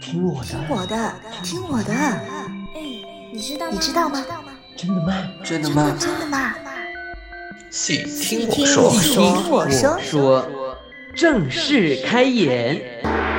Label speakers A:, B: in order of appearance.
A: 听我的，
B: 我的，听我的。
C: 哎，你知道吗？
B: 你知道吗？
A: 真的吗？
D: 真的吗？
B: 真的吗？
D: 细听
B: 听
D: 我说，
B: 我说，
E: 说正式开演。